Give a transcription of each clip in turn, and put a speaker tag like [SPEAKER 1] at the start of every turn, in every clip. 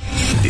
[SPEAKER 1] The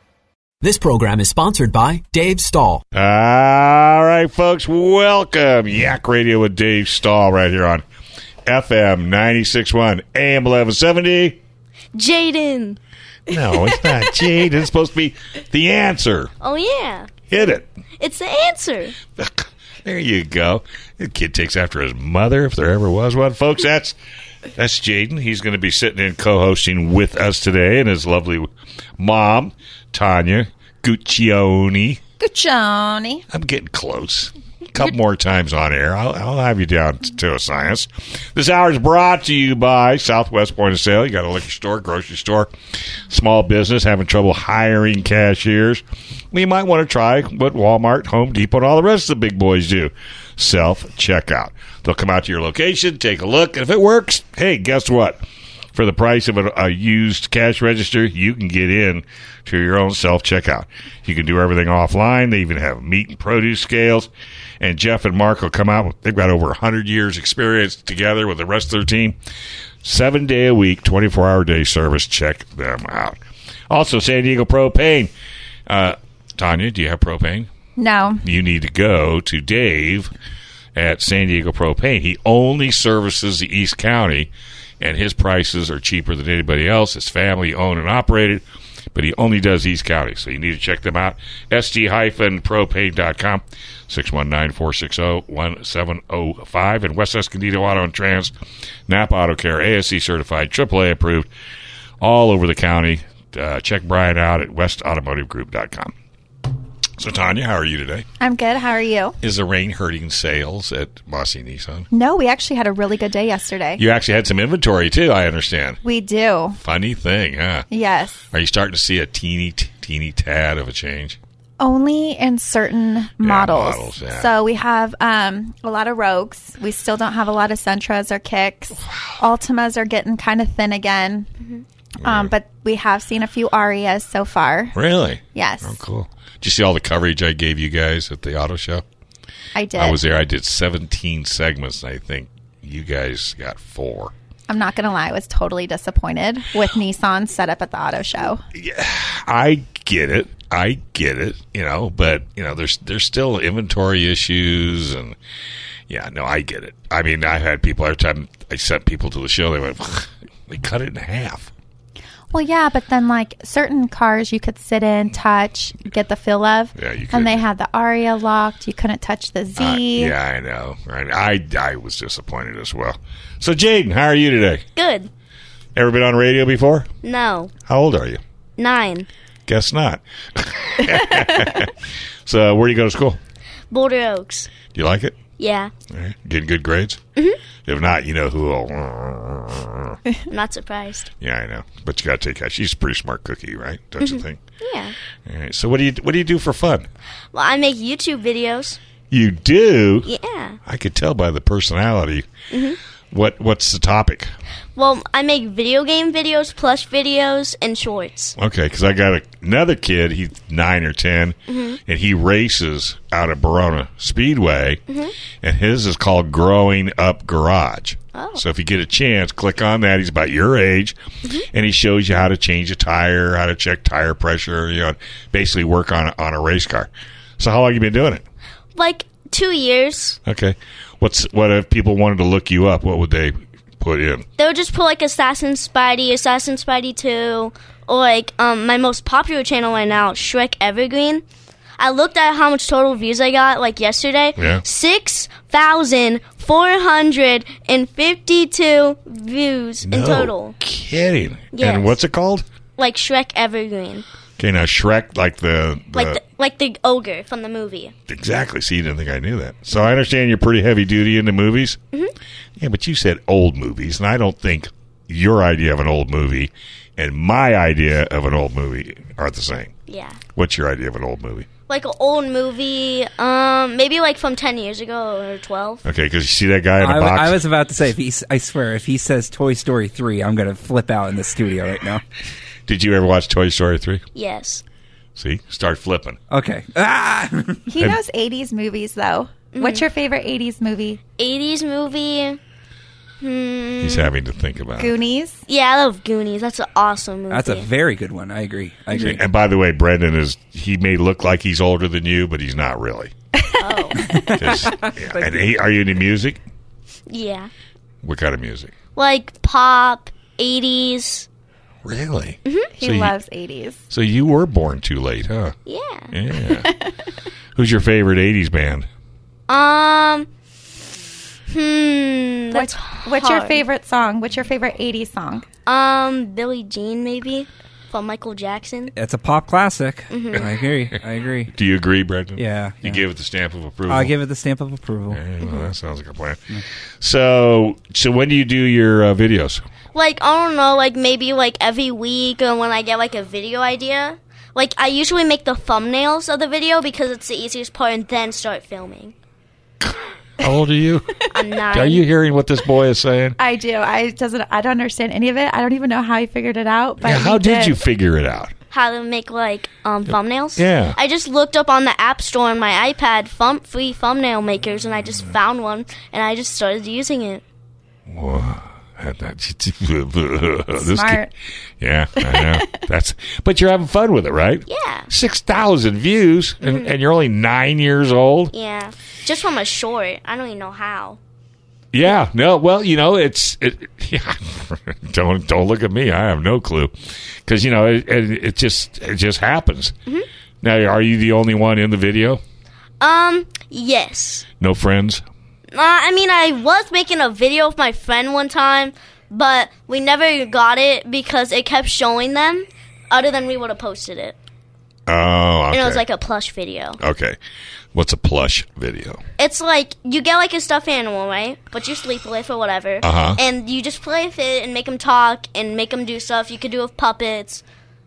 [SPEAKER 2] This program is sponsored by Dave Stahl.
[SPEAKER 3] All right, folks, welcome. Yak Radio with Dave Stahl right here on FM 96.1 AM 1170.
[SPEAKER 4] Jaden.
[SPEAKER 3] No, it's not Jade. It's supposed to be the answer.
[SPEAKER 4] Oh yeah,
[SPEAKER 3] Hit it.
[SPEAKER 4] it's the answer.
[SPEAKER 3] There you go. The kid takes after his mother, if there ever was one. Folks, that's that's Jaden. He's going to be sitting in co-hosting with us today, and his lovely mom, Tanya Guccione.
[SPEAKER 5] Guccione.
[SPEAKER 3] I'm getting close. A couple more times on air. I'll, I'll have you down t- to a science. This hour is brought to you by Southwest Point of Sale. You got a liquor store, grocery store, small business having trouble hiring cashiers. We might want to try what Walmart, Home Depot, and all the rest of the big boys do self checkout. They'll come out to your location, take a look, and if it works, hey, guess what? For the price of a, a used cash register, you can get in to your own self checkout. You can do everything offline. They even have meat and produce scales. And Jeff and Mark will come out. with- They've got over 100 years experience together with the rest of their team. Seven day a week, 24 hour day service. Check them out. Also, San Diego Propane. Uh, Tanya, do you have propane?
[SPEAKER 5] No.
[SPEAKER 3] you need to go to Dave at San Diego Propane. He only services the East County, and his prices are cheaper than anybody else. It's family owned and operated, but he only does East County. So you need to check them out. ST-propane.com, oh, 619-460-1705, and West Escondido Auto and Trans, Napa Auto Care, ASC certified, AAA approved, all over the county. Uh, check Brian out at westautomotivegroup.com. So, Tanya, how are you today?
[SPEAKER 5] I'm good. How are you?
[SPEAKER 3] Is the rain hurting sales at Mossy Nissan?
[SPEAKER 5] No, we actually had a really good day yesterday.
[SPEAKER 3] You actually had some inventory too, I understand.
[SPEAKER 5] we do.
[SPEAKER 3] Funny thing, huh?
[SPEAKER 5] Yes.
[SPEAKER 3] Are you starting to see a teeny, t- teeny tad of a change?
[SPEAKER 5] Only in certain models.
[SPEAKER 3] models, yeah.
[SPEAKER 5] So we have um, a lot of rogues. We still don't have a lot of Sentras or kicks. Altimas are getting kind of thin again.
[SPEAKER 3] Mm-hmm.
[SPEAKER 5] Um, but we have seen a few Arias so far.
[SPEAKER 3] Really?
[SPEAKER 5] Yes,
[SPEAKER 3] Oh, cool. Did you see all the coverage I gave you guys at the auto show?
[SPEAKER 5] I did.
[SPEAKER 3] I was there. I did 17 segments, and I think you guys got four.
[SPEAKER 5] I'm not going to lie. I was totally disappointed with Nissan set up at the auto show.
[SPEAKER 3] I get it. I get it. You know, but you know, there's there's still inventory issues, and yeah, no, I get it. I mean, I had people every time I sent people to the show, they went, they cut it in half.
[SPEAKER 5] Well, yeah, but then like certain cars you could sit in, touch, get the feel of.
[SPEAKER 3] Yeah, you could.
[SPEAKER 5] And they had the Aria locked. You couldn't touch the Z.
[SPEAKER 3] Uh, yeah, I know. Right? I I was disappointed as well. So, Jaden, how are you today?
[SPEAKER 4] Good.
[SPEAKER 3] Ever been on radio before?
[SPEAKER 4] No.
[SPEAKER 3] How old are you?
[SPEAKER 4] Nine.
[SPEAKER 3] Guess not. so, where do you go to school?
[SPEAKER 4] Boulder Oaks.
[SPEAKER 3] Do you like it?
[SPEAKER 4] Yeah.
[SPEAKER 3] Eh, Getting good grades? Mm-hmm. If not, you know who will
[SPEAKER 4] I'm not surprised.
[SPEAKER 3] Yeah, I know. But you got to take out. She's a pretty smart cookie, right? Don't you think?
[SPEAKER 4] Yeah.
[SPEAKER 3] All right. So what do you what do you do for fun?
[SPEAKER 4] Well, I make YouTube videos.
[SPEAKER 3] You do.
[SPEAKER 4] Yeah.
[SPEAKER 3] I could tell by the personality. What what's the topic?
[SPEAKER 4] Well, I make video game videos, plush videos, and shorts.
[SPEAKER 3] Okay, because I got a, another kid. He's nine or 10
[SPEAKER 4] Mm-hmm.
[SPEAKER 3] and he races out of Barona Speedway,
[SPEAKER 4] Mm-hmm.
[SPEAKER 3] and his is called Growing Up Garage.
[SPEAKER 4] Oh.
[SPEAKER 3] So if you get a chance, click on that. He's about your age,
[SPEAKER 4] Mm-hmm.
[SPEAKER 3] and he shows you how to change a tire, how to check tire pressure. You know, basically work on on a race car. So how long you been doing it?
[SPEAKER 4] Like two years.
[SPEAKER 3] Okay, what's what if people wanted to look you up? What would they put in?
[SPEAKER 4] They would just put like Assassin Spidey, Assassin Spidey 2, or like um my most popular channel right now, Shrek Evergreen. I looked at how much total views I got like yesterday.
[SPEAKER 3] Yeah.
[SPEAKER 4] Six thousand four hundred and fifty-two views in total.
[SPEAKER 3] kidding.
[SPEAKER 4] Yes.
[SPEAKER 3] And what's it called?
[SPEAKER 4] Like Shrek Evergreen,
[SPEAKER 3] Okay, now Shrek, like the, the
[SPEAKER 4] like the, like the ogre from the movie.
[SPEAKER 3] Exactly. See, you didn't think I knew that. So I understand you're pretty heavy duty into movies. Mm-hmm. Yeah, but you said old movies, and I don't think your idea of an old movie and my idea of an old movie are the same.
[SPEAKER 4] Yeah.
[SPEAKER 3] What's your idea of an old movie?
[SPEAKER 4] Like an old movie, um, maybe like from 10 years ago or 12.
[SPEAKER 3] Okay, because you see that guy in a
[SPEAKER 6] I, w-
[SPEAKER 3] box.
[SPEAKER 6] I was about to say, if he, s- I swear, if he says Toy Story 3, I'm going to flip out in the studio right now.
[SPEAKER 3] Did you ever watch Toy Story three?
[SPEAKER 4] Yes.
[SPEAKER 3] See, start flipping.
[SPEAKER 6] Okay. Ah!
[SPEAKER 5] He knows 80s movies, though. What's your favorite 80s movie?
[SPEAKER 4] 80s movie.
[SPEAKER 3] He's having to think about it.
[SPEAKER 5] Goonies?
[SPEAKER 4] Yeah, I love Goonies. That's an awesome movie.
[SPEAKER 6] That's a very good one. I agree. I agree.
[SPEAKER 3] And by the way, Brendan is he may look like he's older than you, but he's not really. Oh. and he, are you into music?
[SPEAKER 4] yeah.
[SPEAKER 3] What kind of music?
[SPEAKER 4] Like pop, 80s.
[SPEAKER 3] Really?
[SPEAKER 5] He
[SPEAKER 3] So you-
[SPEAKER 5] loves 80s.
[SPEAKER 3] So you were born too late, huh?
[SPEAKER 4] Yeah.
[SPEAKER 3] Yeah. Who's your favorite '80s band?
[SPEAKER 4] Um. Hmm. That's
[SPEAKER 5] What's, what's your
[SPEAKER 4] hard.
[SPEAKER 5] favorite song? What's your favorite 80s song?
[SPEAKER 4] Um, Billie Jean maybe from Michael Jackson.
[SPEAKER 6] It's a pop classic. I agree. I agree.
[SPEAKER 3] Do you agree, Brendan?
[SPEAKER 6] Yeah,
[SPEAKER 3] You
[SPEAKER 6] yeah.
[SPEAKER 3] give it the stamp of approval.
[SPEAKER 6] I'll give it the stamp of approval.
[SPEAKER 3] Yeah, well, that sounds like a plan. So, so when do you do your uh, videos?
[SPEAKER 4] Like I don't know, like maybe like every week or when I get like a video idea. Like I usually make the thumbnails of the video because it's the easiest part, and then start filming.
[SPEAKER 3] How old are you?
[SPEAKER 4] I'm not.
[SPEAKER 3] Are you hearing what this boy is saying?
[SPEAKER 5] I do. I doesn't. I don't understand any of it. I don't even know how he figured it out. But
[SPEAKER 3] Yeah,
[SPEAKER 5] he
[SPEAKER 3] how did you figure it out?
[SPEAKER 4] How to make like um thumbnails?
[SPEAKER 3] Yeah.
[SPEAKER 4] I just looked up on the App Store on my iPad thumb free thumbnail makers, and I just
[SPEAKER 3] Mm.
[SPEAKER 4] found one, and I just started using it.
[SPEAKER 3] This
[SPEAKER 5] Smart.
[SPEAKER 3] kid- yeah, I know. That's. But you're having fun with it, right?
[SPEAKER 4] Yeah.
[SPEAKER 3] Six thousand views, and, and you're only nine years old.
[SPEAKER 4] Yeah. Just from a short. I don't even know how.
[SPEAKER 3] Yeah. No. Well, you know, it's. It, yeah. don't don't look at me. I have no clue, because you know it, it, it just it just happens.
[SPEAKER 4] Mm-hmm.
[SPEAKER 3] Now, are you the only one in the video?
[SPEAKER 4] Um, yes.
[SPEAKER 3] No friends.
[SPEAKER 4] Uh, I mean, I was making a video with my friend one time, but we never got it because it kept showing them, other than we would have posted it.
[SPEAKER 3] Oh, okay.
[SPEAKER 4] And it was like a plush video.
[SPEAKER 3] okay. What's a plush video?
[SPEAKER 4] It's like you get like a stuffed animal, right? But you sleep with or whatever.
[SPEAKER 3] Uh-huh.
[SPEAKER 4] And you just play with it and make them talk and make them do stuff. You could do it with puppets.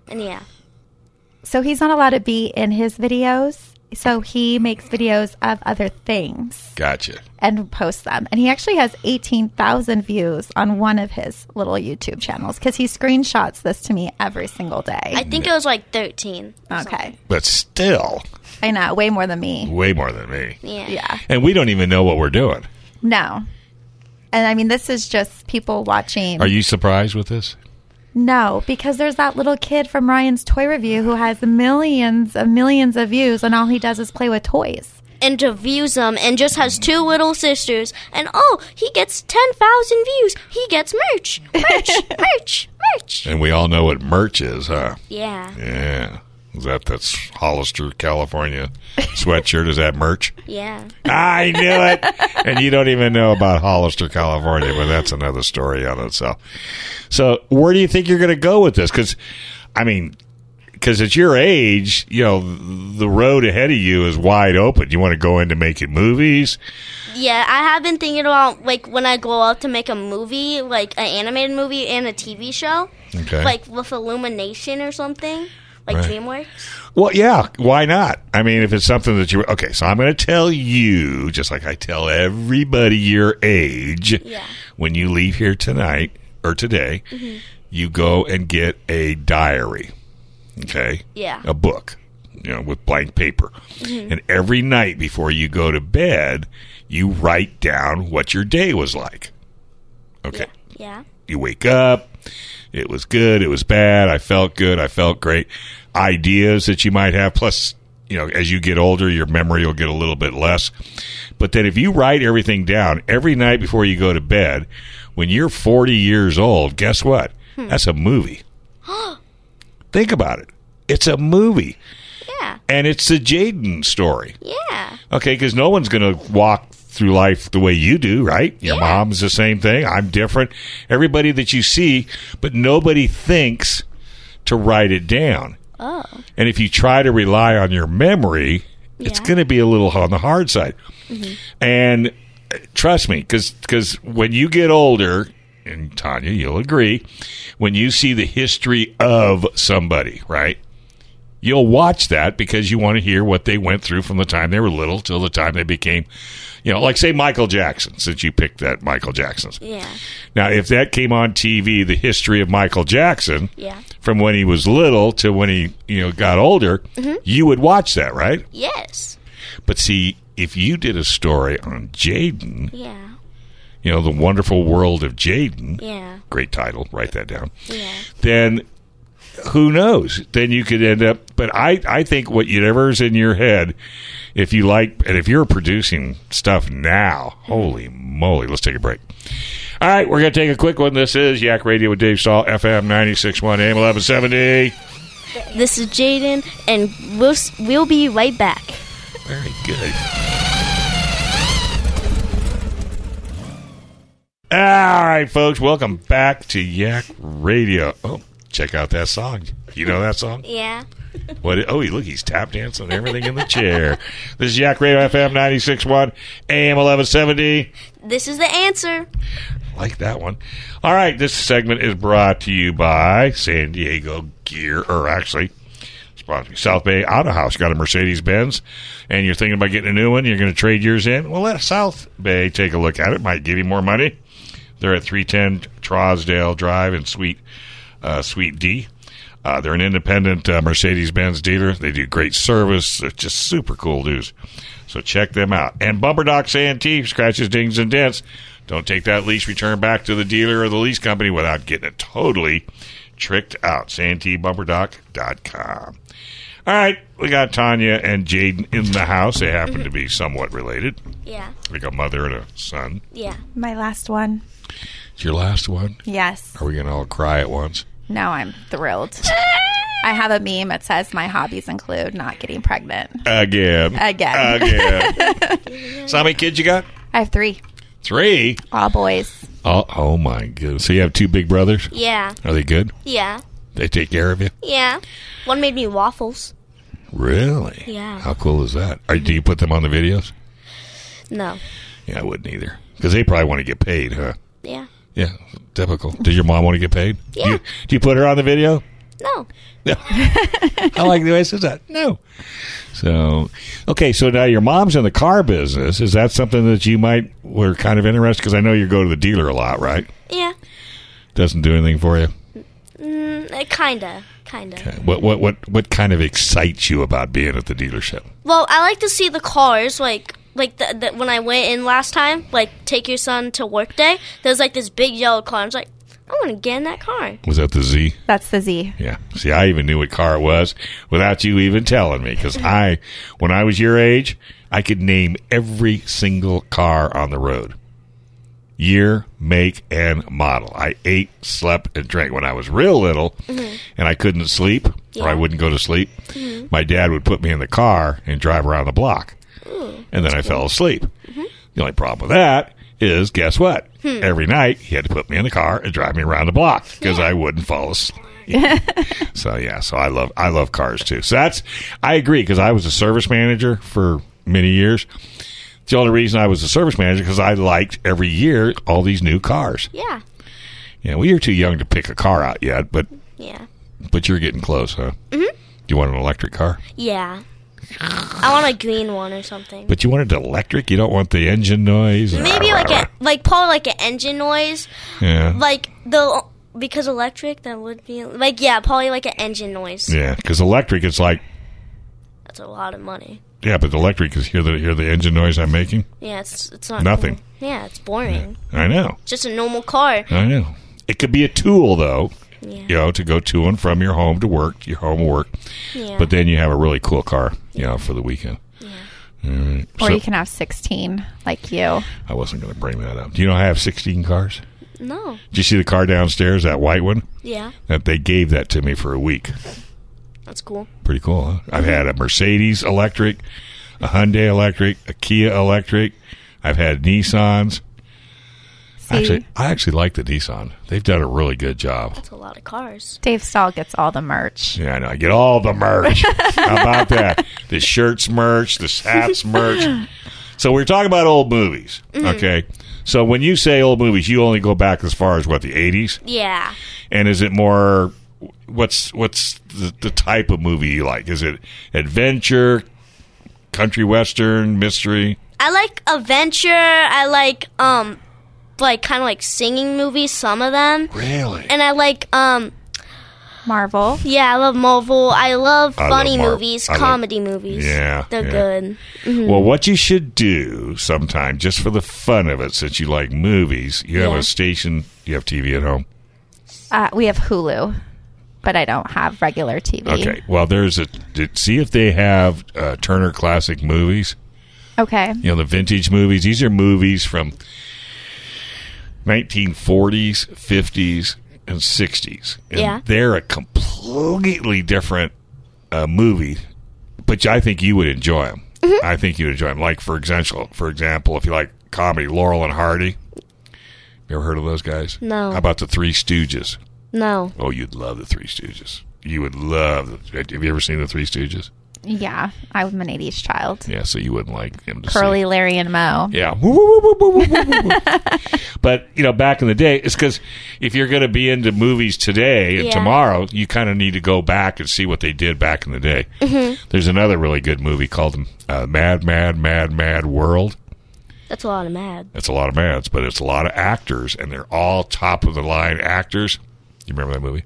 [SPEAKER 4] And yeah.
[SPEAKER 5] So he's not allowed to be in his videos. So he makes videos of other things
[SPEAKER 3] Gotcha.
[SPEAKER 5] and posts them. And he actually has 18,000 views on one of his little YouTube channels because he screenshots this to me every single
[SPEAKER 4] I
[SPEAKER 5] day.
[SPEAKER 4] think it was like 13.
[SPEAKER 5] okay.
[SPEAKER 3] But still,
[SPEAKER 5] I know. Way more than me.
[SPEAKER 3] way more than me.
[SPEAKER 4] Yeah.
[SPEAKER 5] Yeah.
[SPEAKER 3] And we don't even know what we're doing.
[SPEAKER 5] No. And I mean, this is just people watching.
[SPEAKER 3] Are you surprised with this?
[SPEAKER 5] No, because there's that little kid from Ryan's Toy Review who has millions of millions of views, and all he does is play with toys.
[SPEAKER 4] interviews him and just has two little sisters and oh he gets 10,000 views he gets merch merch merch merch
[SPEAKER 3] And we all know what merch is, huh?
[SPEAKER 4] yeah
[SPEAKER 3] Yeah. Is that that's Hollister, California sweatshirt? Is that merch?
[SPEAKER 4] yeah
[SPEAKER 3] I knew it. And you don't even know about Hollister, California, but that's another story on itself. So, where do you think you're going to go with this? Because, I mean, because at your age, you know, the road ahead of you is wide open. You want to go into making movies.
[SPEAKER 4] yeah i have been thinking about like when i grow up to make a movie like an animated movie and a tv show
[SPEAKER 3] Okay.
[SPEAKER 4] like with illumination or something like
[SPEAKER 3] Right.
[SPEAKER 4] dreamworks
[SPEAKER 3] Well, yeah, why not? I mean, if it's something that you okay, so I'm going to tell you, just like I tell everybody your age,
[SPEAKER 4] Yeah. Mm-hmm.
[SPEAKER 3] when you leave here tonight or today, you go and get a diary, okay?
[SPEAKER 4] Yeah.
[SPEAKER 3] a book, you know, with blank paper,
[SPEAKER 4] Mm-hmm.
[SPEAKER 3] and every night before you go to bed, you write down what your day was like. Okay
[SPEAKER 4] yeah
[SPEAKER 3] you wake up it was good it was bad i felt good i felt great ideas that you might have plus you know as you get older your memory will get a little bit less but then if you write everything down every night before you go to bed when you're 40 years old guess what that's a movie think about it it's a movie
[SPEAKER 4] yeah
[SPEAKER 3] and it's the jaden story
[SPEAKER 4] yeah
[SPEAKER 3] Okay, because no one's going to walk through life the way you do, right? Your mom's the same thing. I'm different. Everybody that you see, but nobody thinks to write it down.
[SPEAKER 4] oh
[SPEAKER 3] And if you try to rely on your memory, it's
[SPEAKER 4] Yeah. Mm-hmm.
[SPEAKER 3] going to be a little on the hard side. And uh, trust me, because when you get older, and Tanya, you'll agree, when you see the history of somebody, right? You'll watch that because you want to hear what they went through from the time they were little till the time they became, you know, like say Michael Jackson, since you picked that Michael Jackson's.
[SPEAKER 4] Yeah.
[SPEAKER 3] Now, if that came on TV, the history of Michael Jackson,
[SPEAKER 4] Yeah.
[SPEAKER 3] from when he was little to when he you know got older, you would watch that, right?
[SPEAKER 4] Yes.
[SPEAKER 3] But see, if you did a story on Jaden,
[SPEAKER 4] Yeah.
[SPEAKER 3] you know, the wonderful world of Jaden,
[SPEAKER 4] Yeah.
[SPEAKER 3] great title, write that down.
[SPEAKER 4] Yeah.
[SPEAKER 3] Then who knows? Then you could end up. But I, I think what whatever's in your head, if you like, and if you're producing stuff now, holy moly, let's take a break. All right, we're going to take a quick one. This is Yak Radio with Dave Stahl, FM 96.1 AM 1170.
[SPEAKER 4] This is Jaden, and we'll s- we'll be right back.
[SPEAKER 3] Very good. All right, folks, welcome back to Yak Radio. Oh, check out that song. You know that song?
[SPEAKER 4] Yeah.
[SPEAKER 3] What? Oh, he- look, he's tap dancing everything in the chair. This is Yak Radio FM 96.1 AM 1170.
[SPEAKER 4] This is the answer.
[SPEAKER 3] Like that one. All right, this segment is brought to you by San Diego Gear, or actually, sponsoring South Bay Auto House. Got a Mercedes Benz, and you're thinking about getting a new one. You're going to trade yours in. Well, let South Bay take a look at it. Might give you more money. They're at 310 Trosdale Drive in Suite uh, Suite D. Uh, they're an independent uh, Mercedes Benz dealer. They do great service. They're just super cool dudes. So check them out. And Bumper Docks Antique scratches, dings, and dents. Don't take that lease return back to the dealer or the lease company without getting it totally tricked out. SanteeBumperDock.com. All right, we got Tanya and Jaden in the house. They happen to be somewhat related,
[SPEAKER 4] Yeah.
[SPEAKER 3] like a mother and a son.
[SPEAKER 4] Yeah.
[SPEAKER 5] My last one.
[SPEAKER 3] It's your last one.
[SPEAKER 5] Yes.
[SPEAKER 3] Are we going to all cry at once?
[SPEAKER 5] Now I'm thrilled. I have a meme that says my hobbies include not getting pregnant.
[SPEAKER 3] Again.
[SPEAKER 5] Again.
[SPEAKER 3] Again. so how many kids you got?
[SPEAKER 5] I have three.
[SPEAKER 3] Three.
[SPEAKER 5] All boys.
[SPEAKER 3] Oh, oh my goodness. So you have two big brothers?
[SPEAKER 4] Yeah.
[SPEAKER 3] Are they good?
[SPEAKER 4] Yeah.
[SPEAKER 3] They take care of you?
[SPEAKER 4] Yeah. One made me waffles.
[SPEAKER 3] Really?
[SPEAKER 4] Yeah.
[SPEAKER 3] How cool is that? Are, do you put them on the videos?
[SPEAKER 4] No.
[SPEAKER 3] Yeah, I wouldn't either. Because they probably want to get paid, huh?
[SPEAKER 4] Yeah.
[SPEAKER 3] Yeah, typical. Did your mom want to get paid? Do
[SPEAKER 4] Yeah.
[SPEAKER 3] you, do you put her on the video?
[SPEAKER 4] No.
[SPEAKER 3] No. I like the way it says that. No. So, okay, so now your mom's in the car business. Is that something that you might were kind of interested? Because I know you go to the dealer a lot, right?
[SPEAKER 4] Yeah.
[SPEAKER 3] Doesn't do anything for you.
[SPEAKER 4] Mm, uh, kinda. Kinda.
[SPEAKER 3] What what what what kind of excites you about being at the dealership?
[SPEAKER 4] Well, I like to see the cars, like like the, the, when I went in last time, like take your son to work day. There's like this big yellow car. I was like, I want to get in that car.
[SPEAKER 3] Was that the Z?
[SPEAKER 5] That's the Z.
[SPEAKER 3] Yeah. See, I even knew what car it was without you even telling me because I, when I was your age, I could name every single car on the road year, make, and model. I ate, slept, and drank when I was real little and I couldn't sleep or I
[SPEAKER 4] Yeah.
[SPEAKER 3] wouldn't go to sleep. My dad would put me in the car and drive around the block. and then I fell asleep. The only problem with that is guess what? Every night he had to put me in the car and drive me around the block because I wouldn't fall asleep. So yeah, so I love I love cars too. So that's I agree because I was a service manager for many years. It's The only reason I was a service manager because I liked every year all these new cars.
[SPEAKER 4] Yeah.
[SPEAKER 3] Yeah, well, you're too young to pick a car out yet, but
[SPEAKER 4] Yeah.
[SPEAKER 3] but you're getting close, huh? Mm-hmm. You want an electric car,
[SPEAKER 4] Yeah. I want a green one or something.
[SPEAKER 3] but you want it electric. You don't want the engine noise.
[SPEAKER 4] Maybe like a like probably like an engine noise,
[SPEAKER 3] yeah,
[SPEAKER 4] like the because electric that would be like yeah probably like an engine noise.
[SPEAKER 3] yeah, because electric it's like
[SPEAKER 4] That's a lot of money.
[SPEAKER 3] yeah, but electric is hear the hear the engine noise I'm making.
[SPEAKER 4] Yeah, it's it's not
[SPEAKER 3] Nothing.
[SPEAKER 4] cool. Yeah, it's boring.
[SPEAKER 3] I know.
[SPEAKER 4] Just a normal car.
[SPEAKER 3] I know. It could be a tool, though,
[SPEAKER 4] Yeah.
[SPEAKER 3] you know, to go to and from your home to work, your home to work.
[SPEAKER 4] Yeah.
[SPEAKER 3] But then you have a really cool car, you know, for the weekend. Yeah.
[SPEAKER 5] Or
[SPEAKER 3] So
[SPEAKER 5] you can have 16 like you.
[SPEAKER 3] I wasn't going to bring that up. Do you know I have 16 cars?
[SPEAKER 4] no.
[SPEAKER 3] Did you see the car downstairs, that white one?
[SPEAKER 4] Yeah,
[SPEAKER 3] That they gave that to me for a week.
[SPEAKER 4] that's cool.
[SPEAKER 3] Pretty cool, huh? I've had a Mercedes electric, a Hyundai electric, a Kia electric. I've had Nissans.
[SPEAKER 5] See,
[SPEAKER 3] Actually, I actually like the Nissan. They've done a really good job.
[SPEAKER 4] That's a lot of cars.
[SPEAKER 5] Dave Stahl gets all the merch.
[SPEAKER 3] Yeah, I know. I get all the merch. How about that? The shirts merch, the hats merch. So we're talking about old movies, okay? So when you say old movies, you only go back as far as what the '80s,
[SPEAKER 4] Yeah.
[SPEAKER 3] and is it more? What's what's the, the type of movie you like? Is it adventure, country western, mystery?
[SPEAKER 4] I like adventure. I like um, like kind of like singing movies. Some of them.
[SPEAKER 3] Really?
[SPEAKER 4] And I like um,
[SPEAKER 5] Marvel.
[SPEAKER 4] yeah, I love Marvel. I love
[SPEAKER 3] I love
[SPEAKER 4] funny
[SPEAKER 3] Mar-
[SPEAKER 4] movies,
[SPEAKER 3] I love-
[SPEAKER 4] comedy movies.
[SPEAKER 3] Yeah,
[SPEAKER 4] they're
[SPEAKER 3] yeah.
[SPEAKER 4] good.
[SPEAKER 3] Well, what you should do sometime, just for the fun of it, since you like movies, you have
[SPEAKER 4] Yeah.
[SPEAKER 3] a station, you have TV at home.
[SPEAKER 5] Uh, we have Hulu, but I don't have regular TV.
[SPEAKER 3] Okay. Well, there's a did- see if they have uh, Turner Classic Movies.
[SPEAKER 5] Okay.
[SPEAKER 3] You know the vintage movies. These are movies from 1940s, 50s, and 60s. And
[SPEAKER 4] Yeah.
[SPEAKER 3] They're a completely different uh, movie, but I think you would enjoy them.
[SPEAKER 4] Mm-hmm.
[SPEAKER 3] I think you would enjoy them. Like for example, for example, if you like comedy, Laurel and Hardy. You ever heard of those guys?
[SPEAKER 4] No.
[SPEAKER 3] How about the Three Stooges?
[SPEAKER 4] No.
[SPEAKER 3] Oh, you'd love the Three Stooges. You would love. The, have you ever seen the Three Stooges?
[SPEAKER 5] Yeah, I'm an '80s child.
[SPEAKER 3] Yeah, so you wouldn't like them to see.
[SPEAKER 5] Curly, Larry, and Mo.
[SPEAKER 3] Yeah. Woo, woo, woo, woo, woo, woo, woo, woo. but, you know, back in the day, it's because if you're going to be into movies today and
[SPEAKER 4] Yeah.
[SPEAKER 3] tomorrow, you kind of need to go back and see what they did back in the day. There's another really good movie called uh, Mad, Mad, Mad, Mad World.
[SPEAKER 4] That's a lot of mad.
[SPEAKER 3] It's a lot of mads, but it's a lot of actors, and they're all top of the line actors. You remember that movie?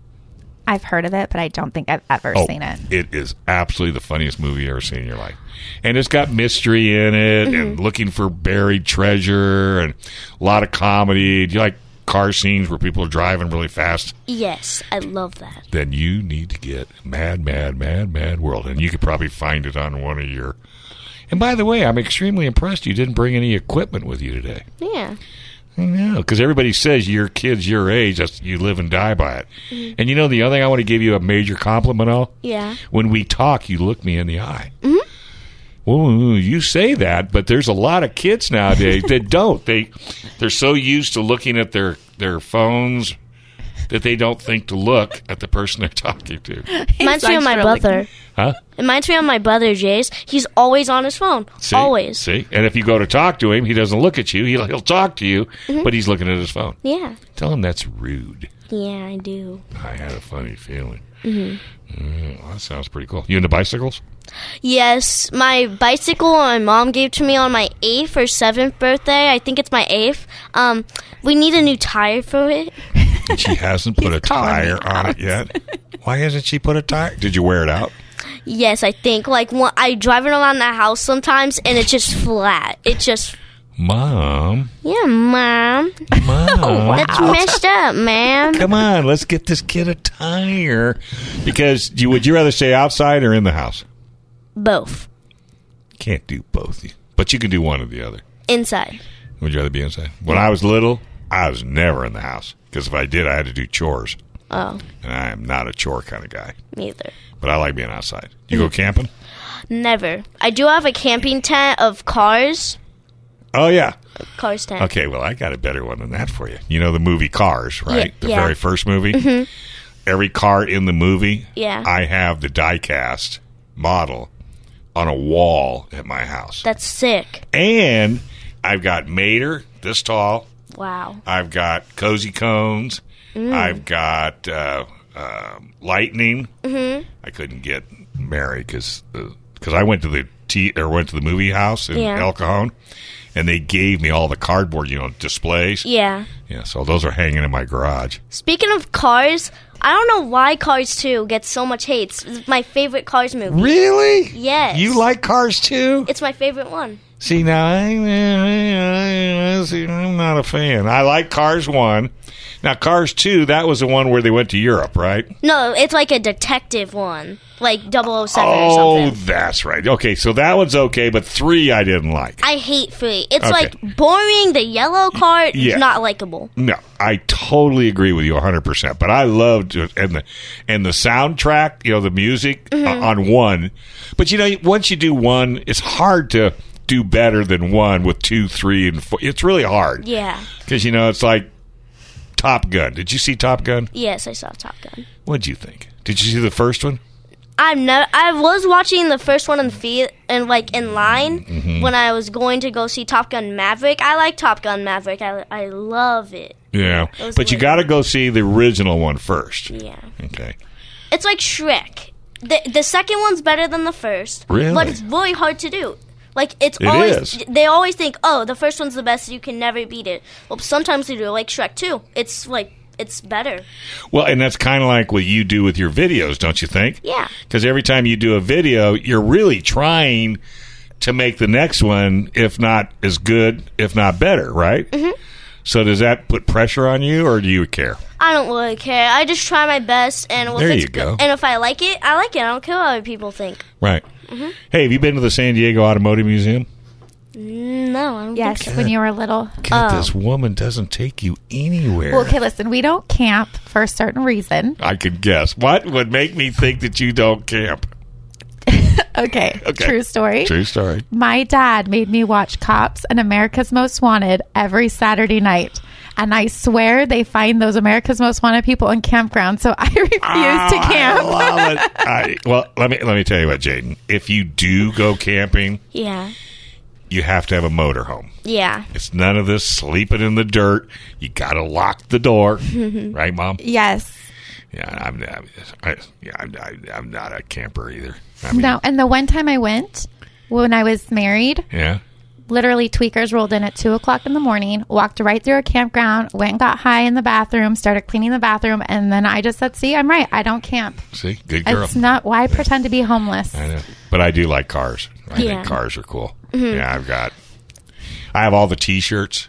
[SPEAKER 5] I've heard of it, but I don't think I've ever seen it.
[SPEAKER 3] Oh, It is absolutely the funniest movie you ever seen in your life. And it's got mystery in it
[SPEAKER 5] Mm-hmm.
[SPEAKER 3] and looking for buried treasure and a lot of comedy. Do you like car scenes where people are driving really fast?
[SPEAKER 4] Yes, I love that.
[SPEAKER 3] Then you need to get Mad, Mad, Mad, Mad World. And you could probably find it on one of your. And by the way, I'm extremely impressed you didn't bring any equipment with you today.
[SPEAKER 4] Yeah.
[SPEAKER 3] No, because everybody says your kids your age, that's, you live and die by it.
[SPEAKER 5] Mm-hmm.
[SPEAKER 3] And you know the other thing I want to give you a major compliment on?
[SPEAKER 4] Yeah.
[SPEAKER 3] when we talk, you look me in the eye. Well, you say that, but there's a lot of kids nowadays that don't. They they're so used to looking at their their phones that they don't think to look at the person they're talking to.
[SPEAKER 4] Reminds me of my
[SPEAKER 5] actually-
[SPEAKER 4] brother.
[SPEAKER 3] Huh?
[SPEAKER 4] Reminds me of my brother Jay's. He's always on his phone.
[SPEAKER 3] See?
[SPEAKER 4] Always.
[SPEAKER 3] See? And if you go to talk to him, he doesn't look at you. He'll, he'll talk to you, but he's looking at his phone.
[SPEAKER 4] Yeah.
[SPEAKER 3] Tell him that's rude.
[SPEAKER 4] Yeah, I do.
[SPEAKER 3] I had a funny feeling. Mm, well, that sounds pretty cool. You into bicycles?
[SPEAKER 4] Yes, my bicycle my mom gave to me on my eighth or seventh birthday. I think it's my eighth. Um, we need a new tire for it.
[SPEAKER 3] And she hasn't put a tire on it yet. Why hasn't she put a tire? Did you wear it out?
[SPEAKER 4] Yes, I think. Like when I drive it around the house sometimes, and it's just flat. It just
[SPEAKER 3] Mom,
[SPEAKER 4] yeah, mom.
[SPEAKER 3] mom,
[SPEAKER 4] That's messed up, ma'am.
[SPEAKER 3] come on, let's get this kid a tire. Because you would you rather stay outside or in the house?
[SPEAKER 4] Both
[SPEAKER 3] Can't do both, but you can do one or the other.
[SPEAKER 4] inside.
[SPEAKER 3] Would you rather be inside? When I was little, I was never in the house because if I did, I had to do chores,
[SPEAKER 4] Oh,
[SPEAKER 3] and I am not a chore kind of guy.
[SPEAKER 4] neither.
[SPEAKER 3] But I like being outside. You go camping?
[SPEAKER 4] Never. I do have a camping tent of cars.
[SPEAKER 3] Oh yeah.
[SPEAKER 4] Cars tent.
[SPEAKER 3] Okay, well, I got a better one than that for you. You know the movie Cars, right?
[SPEAKER 4] Yeah,
[SPEAKER 3] the
[SPEAKER 4] yeah. Mm-hmm.
[SPEAKER 3] very first movie. Every car in the movie,
[SPEAKER 4] Yeah.
[SPEAKER 3] I have the diecast model on a wall at my house,
[SPEAKER 4] That's sick.
[SPEAKER 3] and I've got Mater this tall.
[SPEAKER 4] Wow.
[SPEAKER 3] I've got cozy cones.
[SPEAKER 4] Mm.
[SPEAKER 3] I've got uh, um lightning.
[SPEAKER 4] Mm-hmm.
[SPEAKER 3] I couldn't get Mary because because I went to the tea or went to the movie house in
[SPEAKER 4] Yeah.
[SPEAKER 3] El Cajon, and they gave me all the cardboard you know displays.
[SPEAKER 4] Yeah.
[SPEAKER 3] Yeah, so those are hanging in my garage.
[SPEAKER 4] Speaking of cars, I don't know why Cars 2 gets so much hate. It's my favorite Cars movie.
[SPEAKER 3] Really?
[SPEAKER 4] Yes.
[SPEAKER 3] You like cars too?
[SPEAKER 4] It's my favorite one.
[SPEAKER 3] See now, I, I, I, see, I'm not a fan. I like Cars One. Now, Cars Two, that was the one where they went to Europe, right?
[SPEAKER 4] No, it's like a detective one, like 007 or
[SPEAKER 3] Oh,
[SPEAKER 4] something.
[SPEAKER 3] that's right. Okay, so that one's okay, but three I didn't like.
[SPEAKER 4] I hate 3. It's
[SPEAKER 3] Okay.
[SPEAKER 4] like boring, the yellow car is
[SPEAKER 3] Yeah.
[SPEAKER 4] not likable.
[SPEAKER 3] No, I totally agree with you 100%. But I loved it. And the, and the soundtrack, you know, the music
[SPEAKER 4] Mm-hmm.
[SPEAKER 3] uh, on one. But, you know, once you do one, it's hard to do better than one with two, three, and four. It's really hard.
[SPEAKER 4] Yeah.
[SPEAKER 3] Because, you know, it's like Top Gun. Did you see Top Gun?
[SPEAKER 4] Yes, I saw Top Gun.
[SPEAKER 3] What'd you think? Did you see the first one?
[SPEAKER 4] I've never. I was watching the first one in the feed and like in line
[SPEAKER 3] Mm-hmm.
[SPEAKER 4] when I was going to go see Top Gun Maverick. I like Top Gun Maverick. I I love it.
[SPEAKER 3] Yeah,
[SPEAKER 4] Those
[SPEAKER 3] but you
[SPEAKER 4] were-
[SPEAKER 3] got to go see the original one first.
[SPEAKER 4] Yeah,
[SPEAKER 3] Okay.
[SPEAKER 4] it's like Shrek. The the second one's better than the first.
[SPEAKER 3] Really?
[SPEAKER 4] But it's really hard to do. Like it's
[SPEAKER 3] It
[SPEAKER 4] always
[SPEAKER 3] is.
[SPEAKER 4] they always think, oh, the first one's the best. You can never beat it. Well, sometimes they do. Like Shrek Two. It's like it's better.
[SPEAKER 3] Well, and that's kind of like what you do with your videos, don't you think?
[SPEAKER 4] Yeah.
[SPEAKER 3] Because every time you do a video, you're really trying to make the next one, if not as good, if not better, right? Mm-hmm. So does that put pressure on you, or do you care?
[SPEAKER 4] I don't really care. I just try my best, and if
[SPEAKER 3] There
[SPEAKER 4] it's
[SPEAKER 3] you go.
[SPEAKER 4] good- and if I like it, I like it. I don't care what other people think.
[SPEAKER 3] Right. Hey, have you been to the San Diego Automotive Museum?
[SPEAKER 4] No, I don't
[SPEAKER 5] Yes, when you were little.
[SPEAKER 3] God, this woman doesn't take you anywhere.
[SPEAKER 5] Well, okay, listen, we don't camp for a certain reason.
[SPEAKER 3] I could guess. What would make me think that you don't camp?
[SPEAKER 5] Okay,
[SPEAKER 3] Okay.
[SPEAKER 5] true story.
[SPEAKER 3] True story.
[SPEAKER 5] My dad made me watch Cops and America's Most Wanted every Saturday night. And I swear they find those America's Most Wanted people in campgrounds, so I refuse to camp.
[SPEAKER 3] Love it. I- well, let me let me tell you what, Jaden. If you do go camping,
[SPEAKER 4] Yeah,
[SPEAKER 3] you have to have a motorhome.
[SPEAKER 4] yeah,
[SPEAKER 3] It's none of this sleeping in the dirt. You got to lock the door, right, Mom?
[SPEAKER 5] yes.
[SPEAKER 3] Yeah, I'm, I'm, I, yeah, I'm, I, I'm not a camper either. I mean,
[SPEAKER 5] No, and the one time I went when I was married,
[SPEAKER 3] Yeah.
[SPEAKER 5] literally tweakers rolled in at two o'clock in the morning, walked right through a campground, went and got high in the bathroom, started cleaning the bathroom, and then I just said, See, I'm right. I don't camp.
[SPEAKER 3] See, good girl.
[SPEAKER 5] It's not why pretend to be homeless.
[SPEAKER 3] I know. But I do like cars. I
[SPEAKER 4] Yeah.
[SPEAKER 3] think cars are cool.
[SPEAKER 5] Mm-hmm.
[SPEAKER 3] Yeah, I've got. I have all the T-shirts.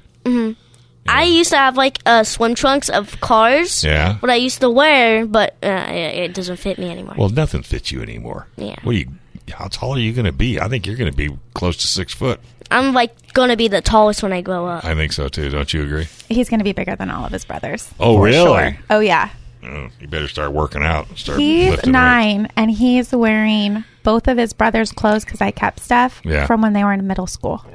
[SPEAKER 4] I used to have like uh, swim trunks of cars.
[SPEAKER 3] Yeah.
[SPEAKER 4] What I used to wear, but uh, it, it doesn't fit me anymore.
[SPEAKER 3] Well, nothing fits you anymore.
[SPEAKER 4] Yeah.
[SPEAKER 3] What are you? How tall are you going to be? I think you're going to be close to six foot.
[SPEAKER 4] I'm like gonna be the tallest when I grow up.
[SPEAKER 3] I think so too. Don't you agree?
[SPEAKER 5] He's going to be bigger than all of his brothers.
[SPEAKER 3] Oh,
[SPEAKER 5] for
[SPEAKER 3] really?
[SPEAKER 5] sure. Oh, yeah.
[SPEAKER 3] Oh, you better start working out. Start
[SPEAKER 5] He's
[SPEAKER 3] lifting weight.
[SPEAKER 5] nine, and he's wearing both of his brother's clothes because I kept stuff
[SPEAKER 3] Yeah.
[SPEAKER 5] from when they were in middle school.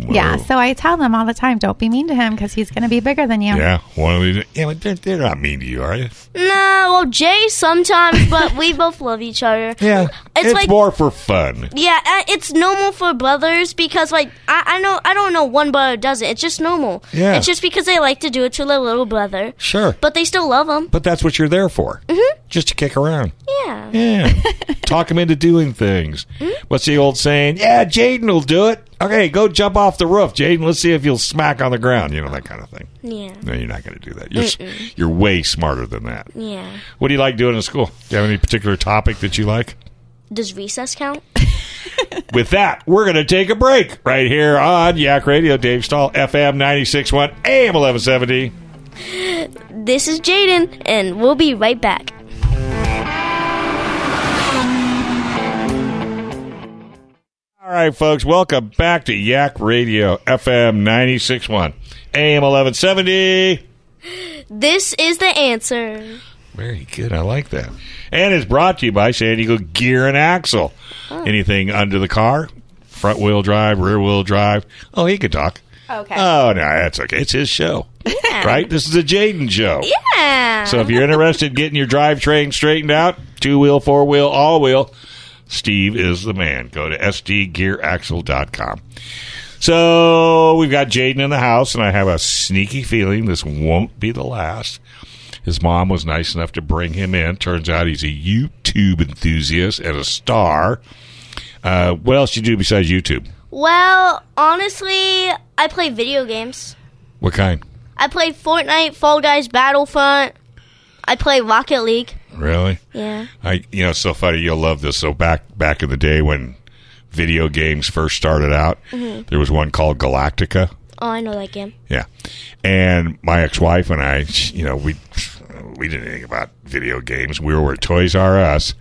[SPEAKER 3] Whoa.
[SPEAKER 5] Yeah, so I tell them all the time, don't be mean to him because he's going to be bigger than you.
[SPEAKER 3] yeah, one of these. Yeah, but they're, they're not mean to you, are they?
[SPEAKER 4] no, well, Jay sometimes, but we both love each other.
[SPEAKER 3] Yeah,
[SPEAKER 4] It's
[SPEAKER 3] it's,
[SPEAKER 4] like-
[SPEAKER 3] more for fun.
[SPEAKER 4] Yeah, uh, it's normal for brothers because, like, I, I know I don't know one brother does it. It's just normal.
[SPEAKER 3] Yeah.
[SPEAKER 4] It's just because they like to do it to their little brother,
[SPEAKER 3] Sure, but,
[SPEAKER 4] but they still love him.
[SPEAKER 3] that's what you're there for. Mm-hmm. Just to kick around.
[SPEAKER 4] Yeah.
[SPEAKER 3] Yeah, talk them into doing things. What's the old saying? Yeah, Jaden will do it. Okay, go jump off the roof, Jaden. Let's see if you'll smack on the ground. You know that kind of thing.
[SPEAKER 4] Yeah.
[SPEAKER 3] No, you're not going to do that. You're s- you're way smarter than that.
[SPEAKER 4] Yeah.
[SPEAKER 3] What do you like doing in school? Do you have any particular topic that you like?
[SPEAKER 4] Does recess count?
[SPEAKER 3] With that, we're going to take a break right here on Yak Radio. Dave Stahl, FM 96.1, AM 1170.
[SPEAKER 4] This is Jaden, and we'll be right back.
[SPEAKER 3] All right, folks, welcome back to Yak Radio, FM 96.1, AM 1170.
[SPEAKER 4] This is the answer.
[SPEAKER 3] Very good. I like that. And it's brought to you by San Diego Gear and Axle. Anything under the car, front wheel drive, rear wheel drive. Oh, he could talk.
[SPEAKER 5] Okay.
[SPEAKER 3] Oh, no, that's okay. It's his show, right? This is a Jaden show.
[SPEAKER 4] Yeah.
[SPEAKER 3] So if you're interested in getting your drivetrain straightened out, two wheel, four wheel, all wheel, Steve is the man. Go to sdgearaxle.com. So we've got Jaden in the house, and I have a sneaky feeling this won't be the last. His mom was nice enough to bring him in. Turns out he's a YouTube enthusiast and a star. Uh, what else do you do besides YouTube?
[SPEAKER 4] well, honestly, I play video games.
[SPEAKER 3] What kind?
[SPEAKER 4] I play Fortnite, Fall Guys, Battlefront. I play Rocket League.
[SPEAKER 3] Really?
[SPEAKER 4] Yeah.
[SPEAKER 3] I you know it's so funny you'll love this. So back back in the day when video games first started out, there was one called Galactica.
[SPEAKER 4] Oh, I know that game.
[SPEAKER 3] Yeah, and my ex wife and I, you know, we we didn't think about video games. We were at Toys R Us,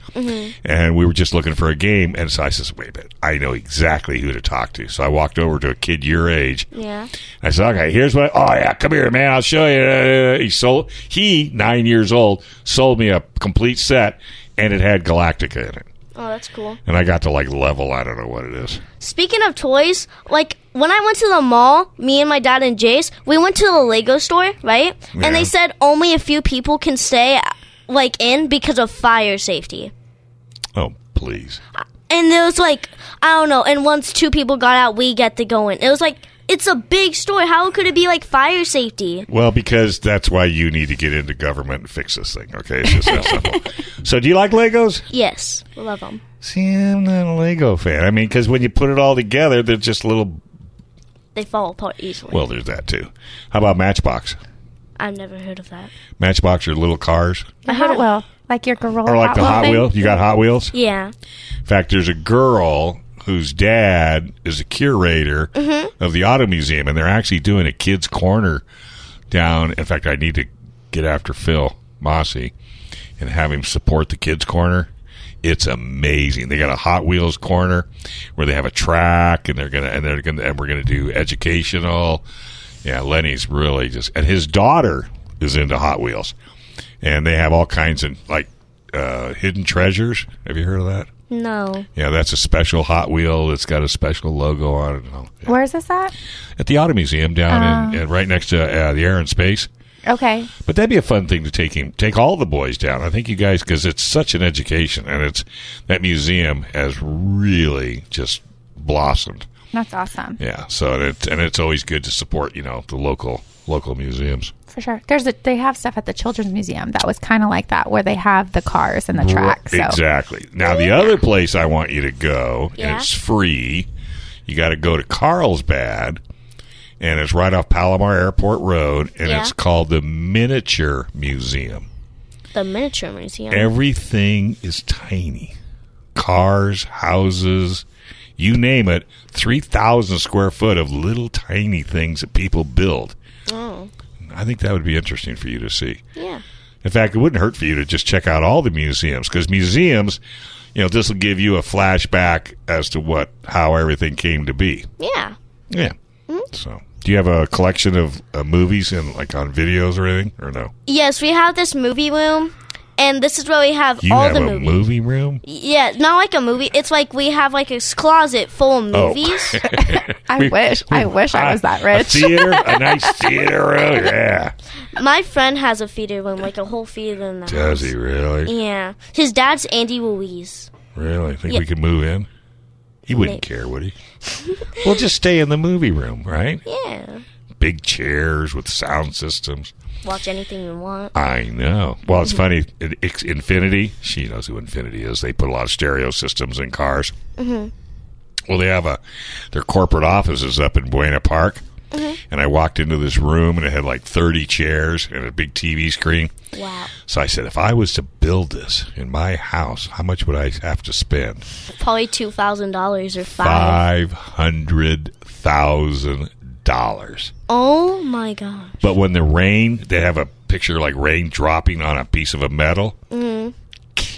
[SPEAKER 3] and we were just looking for a game. And so I says, "Wait a minute, I know exactly who to talk to." So I walked over to a kid your age.
[SPEAKER 4] Yeah.
[SPEAKER 3] I said, "Okay, here's what." Oh yeah, come here, man. I'll show you. He sold. He nine years old sold me a complete set, and it had Galactica in it.
[SPEAKER 4] Oh, that's cool.
[SPEAKER 3] And I got to like level. I don't know what it is.
[SPEAKER 4] Speaking of toys, like when I went to the mall, me and my dad and Jace, we went to the Lego store, right?
[SPEAKER 3] Yeah.
[SPEAKER 4] And they said only a few people can stay like in because of fire safety.
[SPEAKER 3] Oh, please.
[SPEAKER 4] and there was like I don't know. And once two people got out, we get to go in. It was like it's a big story. How could it be like fire safety?
[SPEAKER 3] Well, because that's why you need to get into government and fix this thing. Okay, it's just that simple. So, do you like Legos?
[SPEAKER 4] Yes, love them.
[SPEAKER 3] See, I'm not a Lego fan. I mean, because when you put it all together, they're just little.
[SPEAKER 4] They fall apart easily.
[SPEAKER 3] Well, there's that too. How about Matchbox?
[SPEAKER 4] I've never heard of that.
[SPEAKER 3] Matchbox are little cars,
[SPEAKER 5] The Hot Wheel, like your gorilla
[SPEAKER 3] or like the Hot
[SPEAKER 5] thing.
[SPEAKER 3] Wheel. You got Hot Wheels.
[SPEAKER 4] Yeah,
[SPEAKER 3] In fact, there's a girl whose dad is a curator of the auto museum, and they're actually doing a kids' corner down. In fact, I need to get after Phil Mossy and have him support the kids' corner. It's amazing. They got a Hot Wheels corner where they have a track, and they're gonna and they're gonna and we're gonna do educational. Yeah, Lenny's really just and his daughter is into Hot Wheels, and they have all kinds of like uh, hidden treasures. Have you heard of that?
[SPEAKER 4] no.
[SPEAKER 3] Yeah, that's a special Hot Wheel that's got a special logo on it. and all. Yeah.
[SPEAKER 5] Where's this at?
[SPEAKER 3] At the Auto Museum down in, and right next to uh, the Air and Space.
[SPEAKER 5] Okay.
[SPEAKER 3] But that'd be a fun thing to take him, take all the boys down. I think you guys, because it's such an education, and it's that museum has really just blossomed.
[SPEAKER 5] That's awesome.
[SPEAKER 3] Yeah, so and it, and it's always good to support you know the local local museums.
[SPEAKER 5] For sure. There's a they have stuff at the Children's Museum that was kind of like that where they have the cars and the tracks. So
[SPEAKER 3] Exactly. Now the other place I want you to go, and
[SPEAKER 4] Yeah.
[SPEAKER 3] it's free. You got to go to Carlsbad, and it's right off Palomar Airport Road, and
[SPEAKER 4] Yeah.
[SPEAKER 3] it's called the Miniature Museum.
[SPEAKER 4] The miniature museum.
[SPEAKER 3] Everything is tiny. Cars, houses, you name it, 3,000 square foot of little tiny things that people build.
[SPEAKER 4] oh,
[SPEAKER 3] I think that would be interesting for you to see.
[SPEAKER 4] yeah.
[SPEAKER 3] In fact, it wouldn't hurt for you to just check out all the museums because museums, you know, this will give you a flashback as to what how everything came to be.
[SPEAKER 4] Yeah.
[SPEAKER 3] Yeah.
[SPEAKER 5] Mm-hmm.
[SPEAKER 3] So, do you have a collection of uh, movies and like on videos or anything, or no?
[SPEAKER 4] Yes, we have this movie room, and this is where we have
[SPEAKER 3] You
[SPEAKER 4] all
[SPEAKER 3] have
[SPEAKER 4] the
[SPEAKER 3] a
[SPEAKER 4] movies.
[SPEAKER 3] movie room.
[SPEAKER 4] yeah, not like a movie. It's like we have like a closet full of
[SPEAKER 3] Oh.
[SPEAKER 4] movies.
[SPEAKER 5] I wish I wish I was that
[SPEAKER 3] A
[SPEAKER 5] rich.
[SPEAKER 3] theater, a nice theater room. Yeah.
[SPEAKER 4] My friend has a theater room, like a whole theater in the
[SPEAKER 3] Does
[SPEAKER 4] house.
[SPEAKER 3] he really?
[SPEAKER 4] Yeah, his dad's Andy Ruiz.
[SPEAKER 3] Really? Think
[SPEAKER 4] Yeah.
[SPEAKER 3] we could move in? He wouldn't care, would he? we'll just stay in the movie room, right?
[SPEAKER 4] Yeah,
[SPEAKER 3] Big chairs with sound systems.
[SPEAKER 4] watch anything you want.
[SPEAKER 3] I know. Well, it's funny. In- Ix- Infinity, she knows who Infinity is. They put a lot of stereo systems in cars. Mm-hmm. Well, they have a their corporate office is up in Buena Park, and I walked into this room and it had like thirty chairs and a big TV screen.
[SPEAKER 4] Wow,
[SPEAKER 3] So I said, if I was to build this in my house, how much would I have to spend?
[SPEAKER 4] probably two thousand dollars or
[SPEAKER 3] Five
[SPEAKER 4] five.
[SPEAKER 3] hundred thousand dollars.
[SPEAKER 4] Oh my god.
[SPEAKER 3] But when the rain, they have a picture like rain dropping on a piece of a metal.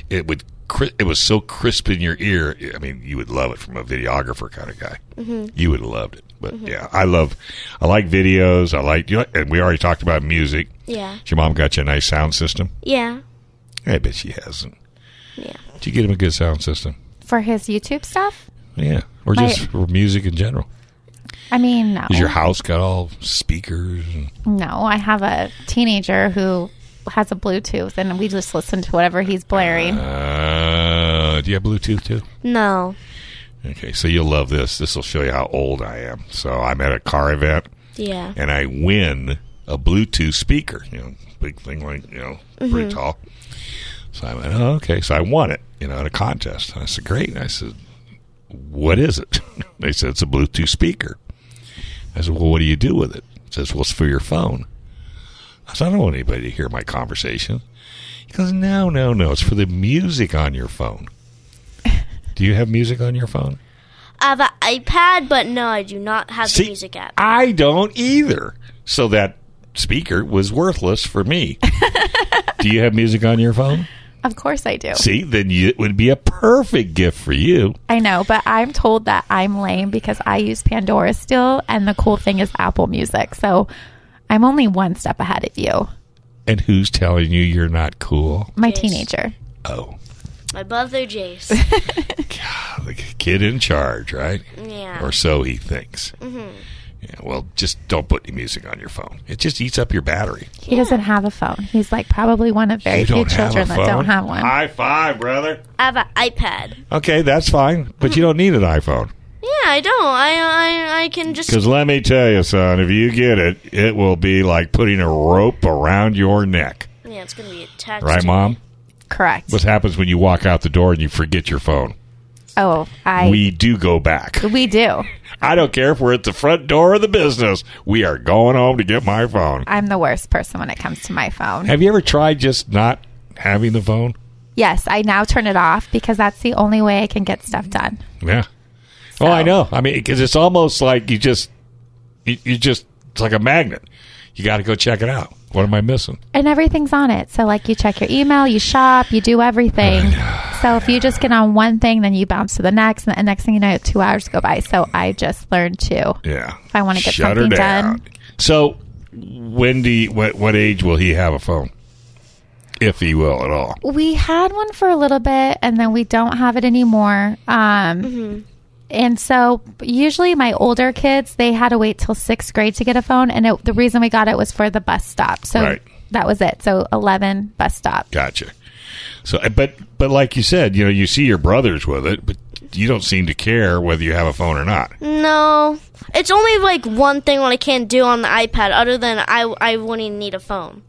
[SPEAKER 3] It would. cri- It was so crisp in your ear. I mean, you would love it from a videographer kind of guy. You would have loved it. But yeah, I love. I like videos. I like. You know, and we already talked about music.
[SPEAKER 4] Yeah,
[SPEAKER 3] Your mom got you a nice sound system.
[SPEAKER 4] yeah,
[SPEAKER 3] I bet she hasn't.
[SPEAKER 4] yeah.
[SPEAKER 3] Did you get him a good sound system?
[SPEAKER 5] For his YouTube stuff?
[SPEAKER 3] Yeah, or
[SPEAKER 5] My-
[SPEAKER 3] just for music in general.
[SPEAKER 5] I mean, no.
[SPEAKER 3] Is your house got all speakers? And,
[SPEAKER 5] No, I have a teenager who has a Bluetooth and we just listen to whatever he's blaring.
[SPEAKER 3] uh, do you have Bluetooth too?
[SPEAKER 4] No.
[SPEAKER 3] Okay, so you'll love this. This will show you how old I am. So I'm at a car event
[SPEAKER 4] Yeah.
[SPEAKER 3] and I win a Bluetooth speaker, you know, big thing like, you know, pretty tall. So I went, oh, okay. So I won it, you know, at a contest. And I said, great. And I said, what is it? they said, it's a Bluetooth speaker. I said, well, what do you do with it? It says, well, it's for your phone. I said, I don't want anybody to hear my conversation. He goes, no, no, no. It's for the music on your phone. do you have music on your phone?
[SPEAKER 4] I have an iPad, but no, I do not have
[SPEAKER 3] See,
[SPEAKER 4] the music app.
[SPEAKER 3] I don't either. So that speaker was worthless for me. Do you have music on your phone?
[SPEAKER 5] Of course I do.
[SPEAKER 3] See, then you, it would be a perfect gift for you.
[SPEAKER 5] I know, but I'm told that I'm lame because I use Pandora still and the cool thing is Apple Music. So I'm only one step ahead of you.
[SPEAKER 3] And who's telling you you're not cool?
[SPEAKER 5] My
[SPEAKER 4] Yes.
[SPEAKER 5] teenager.
[SPEAKER 3] Oh,
[SPEAKER 4] My brother Jace.
[SPEAKER 3] the kid in charge, right?
[SPEAKER 4] Yeah. Mm-hmm.
[SPEAKER 3] Or so he thinks. Yeah, well, just don't put any music on your phone. It just eats up your battery.
[SPEAKER 5] He doesn't have a phone. He's like probably one of very
[SPEAKER 3] you
[SPEAKER 5] few
[SPEAKER 3] don't have
[SPEAKER 5] children
[SPEAKER 3] a
[SPEAKER 5] that don't
[SPEAKER 3] phone?
[SPEAKER 5] have one.
[SPEAKER 3] High five, brother.
[SPEAKER 4] I have an iPad.
[SPEAKER 3] Okay, that's fine, but you don't need an iPhone.
[SPEAKER 4] Yeah, I don't. I I, I can just.
[SPEAKER 3] Because let me tell you, son, if you get it, it will be like putting a rope around your neck.
[SPEAKER 4] Yeah, it's gonna be attached.
[SPEAKER 3] Right,
[SPEAKER 4] to
[SPEAKER 3] Mom?
[SPEAKER 4] me.
[SPEAKER 5] Correct.
[SPEAKER 3] What happens when you walk out the door and you forget your phone?
[SPEAKER 5] Oh, I we,
[SPEAKER 3] we do go back.
[SPEAKER 5] do.
[SPEAKER 3] I don't care if we're at the front door of the business. We are going home to get my phone.
[SPEAKER 5] I'm the worst person when it comes to my phone.
[SPEAKER 3] Have you ever tried just not having the phone?
[SPEAKER 5] Yes, I now turn it off because that's the only way I can get stuff done.
[SPEAKER 3] Yeah. Oh, I know. I mean, because it's almost like you just, you, you just, it's like a magnet. You got to go check it out. What am I missing?
[SPEAKER 5] And everything's on it. So like you check your email, you shop, you do everything. So if you just get on one thing, then you bounce to the next and the next thing you know, two hours go by. So I just learned to
[SPEAKER 3] Yeah.
[SPEAKER 5] if I want to get
[SPEAKER 3] Shut her
[SPEAKER 5] something
[SPEAKER 3] down.
[SPEAKER 5] done.
[SPEAKER 3] So, when do you, what, what age will he have a phone? If he will at all.
[SPEAKER 5] we had one for a little bit and then we don't have it anymore um
[SPEAKER 3] Mm-hmm.
[SPEAKER 5] and so usually my older kids they had to wait till sixth grade to get a phone and it, the reason we got it was for the bus stop so
[SPEAKER 3] Right.
[SPEAKER 5] that was it so 11 bus stop
[SPEAKER 3] Gotcha. So, eh, but but like you said, you know, you see your brothers with it, but you don't seem to care whether you have a phone or not.
[SPEAKER 4] No, it's only like one thing what I can't do on the iPad. Other than I I wouldn't need a phone.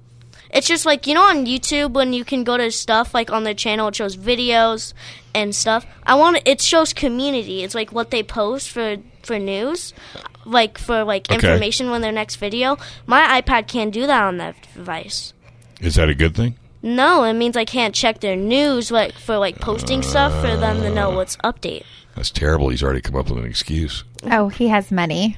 [SPEAKER 4] It's just like you know on YouTube when you can go to stuff like on their channel it shows videos and stuff. I want it shows community. It's like what they post for for news, like for like
[SPEAKER 3] Okay.
[SPEAKER 4] information when their next video. My iPad can't do that on that device.
[SPEAKER 3] Is that a good thing?
[SPEAKER 4] No, it means I can't check their news like for like posting stuff for them to know what's update.
[SPEAKER 3] That's terrible. He's already come up with an excuse.
[SPEAKER 5] oh he has many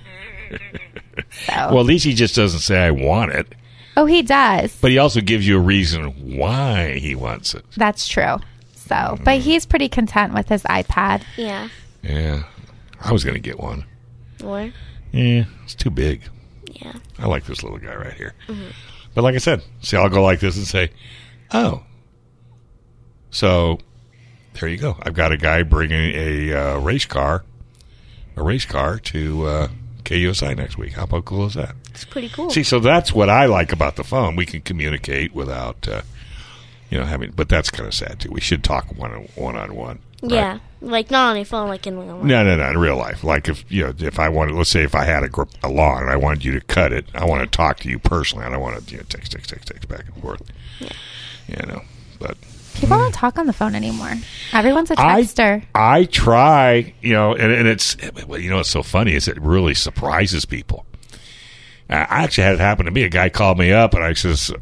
[SPEAKER 5] so
[SPEAKER 3] Well, at least he just doesn't say I want it,
[SPEAKER 5] oh he does
[SPEAKER 3] but he also gives you a reason why he wants it.
[SPEAKER 5] that's true so but he's pretty content with his ipad
[SPEAKER 4] Yeah.
[SPEAKER 3] Yeah, I was going to get one.
[SPEAKER 4] Or
[SPEAKER 3] Yeah, it's too big.
[SPEAKER 4] yeah.
[SPEAKER 3] I like this little guy right here.
[SPEAKER 4] Mm-hmm.
[SPEAKER 3] But like I said, see, I'll go like this and say, "Oh, so there you go. I've got a guy bringing a uh, race car, a race car to uh, KUSI next week. How about cool is that?
[SPEAKER 4] It's pretty cool.
[SPEAKER 3] See, so that's what I like about the phone. We can communicate without, uh, you know, having. But that's kind of sad too. We should talk one on one on one. right?
[SPEAKER 4] Yeah, like not on your phone, like in real life.
[SPEAKER 3] No, no, no. In real life, like if you know, if I wanted, let's say, if I had a, gr- a lawn and I wanted you to cut it, I want to talk to you personally. I don't want to you know, text, text, text, text back and forth. You know, but
[SPEAKER 5] people don't talk on the phone anymore everyone's a texter
[SPEAKER 3] I I try, you know, and, and it's well, you know, it's so funny is it really surprises people. Uh, I actually had it happen to me. A guy called me up, and I says,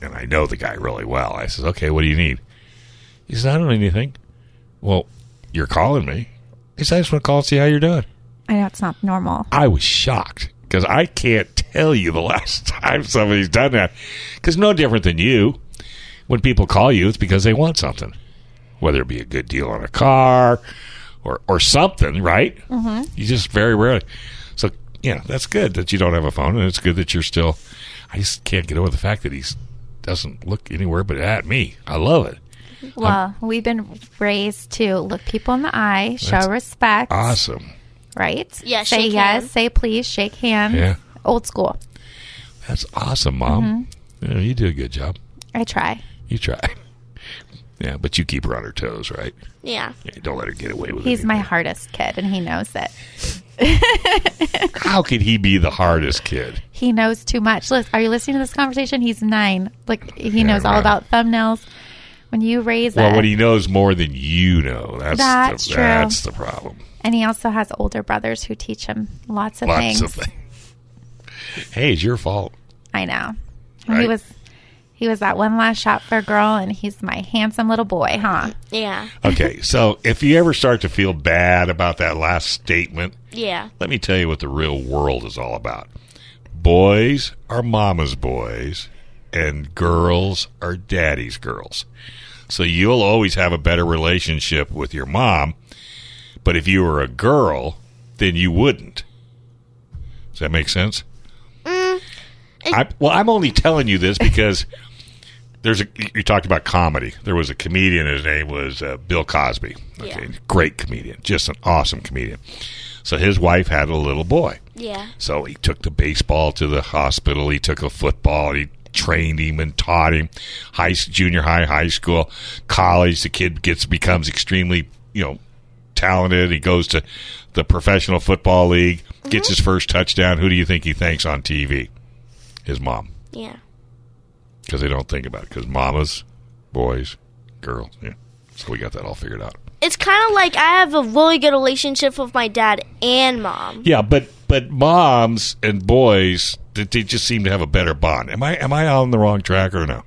[SPEAKER 3] and I know the guy really well. I says, "Okay, what do you need?" He says, "I don't need anything." Well, you're calling me. He says, "I just want to call and see how you're doing."
[SPEAKER 5] I know it's not normal
[SPEAKER 3] I was shocked because I can't tell you the last time somebody's done that. Because no different than you, when people call you, it's because they want something, whether it be a good deal on a car or or something, right? Mm-hmm. You just very rarely. So yeah, that's good that you don't have a phone, and it's good that you're still. I just can't get over the fact that he's doesn't look anywhere but at me. I love it.
[SPEAKER 5] Well, we've been raised to look people in the eye, show respect,
[SPEAKER 3] Awesome.
[SPEAKER 5] right?
[SPEAKER 4] Yeah,
[SPEAKER 5] say
[SPEAKER 4] shake
[SPEAKER 5] yes,
[SPEAKER 4] hands.
[SPEAKER 5] say please, shake hands.
[SPEAKER 3] Yeah.
[SPEAKER 5] Old school.
[SPEAKER 3] That's awesome, mom. You, know, you do a good job.
[SPEAKER 5] I try.
[SPEAKER 3] You try. Yeah, but you keep her on her toes, right?
[SPEAKER 4] Yeah,
[SPEAKER 3] Yeah, don't let her get away with
[SPEAKER 5] He's
[SPEAKER 3] it.
[SPEAKER 5] my hardest kid, and he knows it.
[SPEAKER 3] How could he be the hardest kid?
[SPEAKER 5] He knows too much. Lis- Are you listening to this conversation? He's nine. Like he
[SPEAKER 3] Yeah,
[SPEAKER 5] knows all
[SPEAKER 3] wow.
[SPEAKER 5] about thumbnails. When you raise
[SPEAKER 3] Well,
[SPEAKER 5] a-
[SPEAKER 3] when he knows more than you know, that's
[SPEAKER 5] That's
[SPEAKER 3] the,
[SPEAKER 5] true.
[SPEAKER 3] That's the problem.
[SPEAKER 5] and he also has older brothers who teach him lots of
[SPEAKER 3] Lots
[SPEAKER 5] things.
[SPEAKER 3] of things. Hey, it's your fault.
[SPEAKER 5] I know.
[SPEAKER 3] Right.
[SPEAKER 5] He was he was that one last shot for a girl, and he's my handsome little boy, huh?
[SPEAKER 4] yeah,
[SPEAKER 3] Okay, so if you ever start to feel bad about that last statement,
[SPEAKER 4] yeah.
[SPEAKER 3] let me tell you what the real world is all about. Boys are mama's boys, and girls are daddy's girls. So you'll always have a better relationship with your mom. But if you were a girl, then you wouldn't. Does that make sense? I, well, I'm only telling you this because there's a. You talked about comedy. There was a comedian. His name was uh, Bill Cosby. Okay,
[SPEAKER 4] Yeah.
[SPEAKER 3] great comedian, just an awesome comedian. So his wife had a little boy.
[SPEAKER 4] Yeah.
[SPEAKER 3] So he took the baseball to the hospital. He took a football. He trained him and taught him high junior high, high school, college. The kid gets becomes extremely you know talented. He goes to the professional football league, gets his first touchdown. Who do you think he thanks on TV? His mom,
[SPEAKER 4] Yeah.
[SPEAKER 3] because they don't think about it. Because mamas, boys, girls. Yeah. So we got that all figured out.
[SPEAKER 4] It's kind of like I have a really good relationship with my dad and mom.
[SPEAKER 3] Yeah, but but moms and boys they, they just seem to have a better bond. Am I am I on the wrong track or no?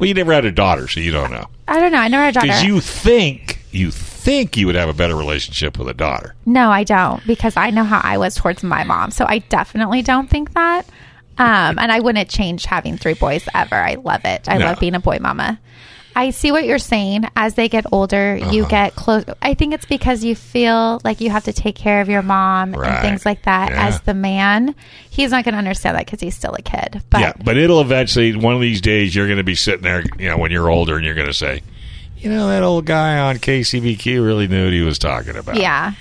[SPEAKER 3] Well, you never had a daughter, so you don't know.
[SPEAKER 5] I don't know. I never had a daughter.
[SPEAKER 3] Because you think you think you would have a better relationship with a daughter.
[SPEAKER 5] No, I don't because I know how I was towards my mom. So I definitely don't think that. Um, and I wouldn't change having three boys ever. I love it. I
[SPEAKER 3] No.
[SPEAKER 5] love being a boy mama. I see what you're saying. As they get older,
[SPEAKER 3] Uh-huh.
[SPEAKER 5] you get close. I think it's because you feel like you have to take care of your mom
[SPEAKER 3] Right.
[SPEAKER 5] and things like that.
[SPEAKER 3] Yeah.
[SPEAKER 5] As the man, he's not going to understand that because he's still a kid. But
[SPEAKER 3] yeah, but it'll eventually one of these days you're going to be sitting there, you know, when you're older, and you're going to say, you know, that old guy on KCBQ really knew what he was talking about.
[SPEAKER 5] yeah.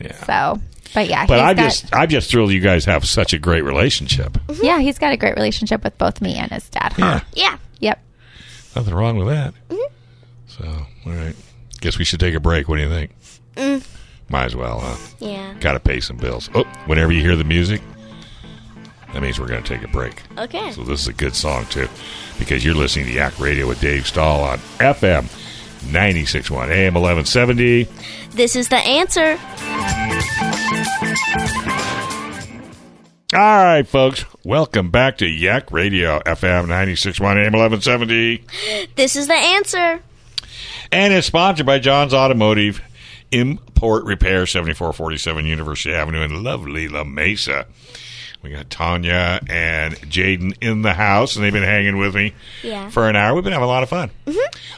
[SPEAKER 3] Yeah.
[SPEAKER 5] So, but yeah,
[SPEAKER 3] But
[SPEAKER 5] he's
[SPEAKER 3] I'm
[SPEAKER 5] got-
[SPEAKER 3] just I'm just thrilled you guys have such a great relationship.
[SPEAKER 5] yeah, he's got a great relationship with both me and his dad. Huh?
[SPEAKER 4] Yeah.
[SPEAKER 5] Yep.
[SPEAKER 3] Nothing wrong with that. So, all right. Guess we should take a break. What do you think? Might as well, huh?
[SPEAKER 4] Yeah.
[SPEAKER 3] Got to pay some bills. Oh, whenever you hear the music, that means we're going to take a break.
[SPEAKER 4] Okay.
[SPEAKER 3] So, this is a good song, too, because you're listening to Yak Radio with Dave Stahl on FM 961 AM 1170.
[SPEAKER 4] This is the answer.
[SPEAKER 3] All right, folks. Welcome back to Yak Radio, FM 961 AM 1170.
[SPEAKER 4] This is the answer.
[SPEAKER 3] and is sponsored by John's Automotive Import Repair, 7447 University Avenue in lovely La Mesa. We got Tanya and Jaden in the house, and they've been hanging with me
[SPEAKER 4] Yeah. Mm-hmm.
[SPEAKER 3] for an hour. We've been having a lot of fun.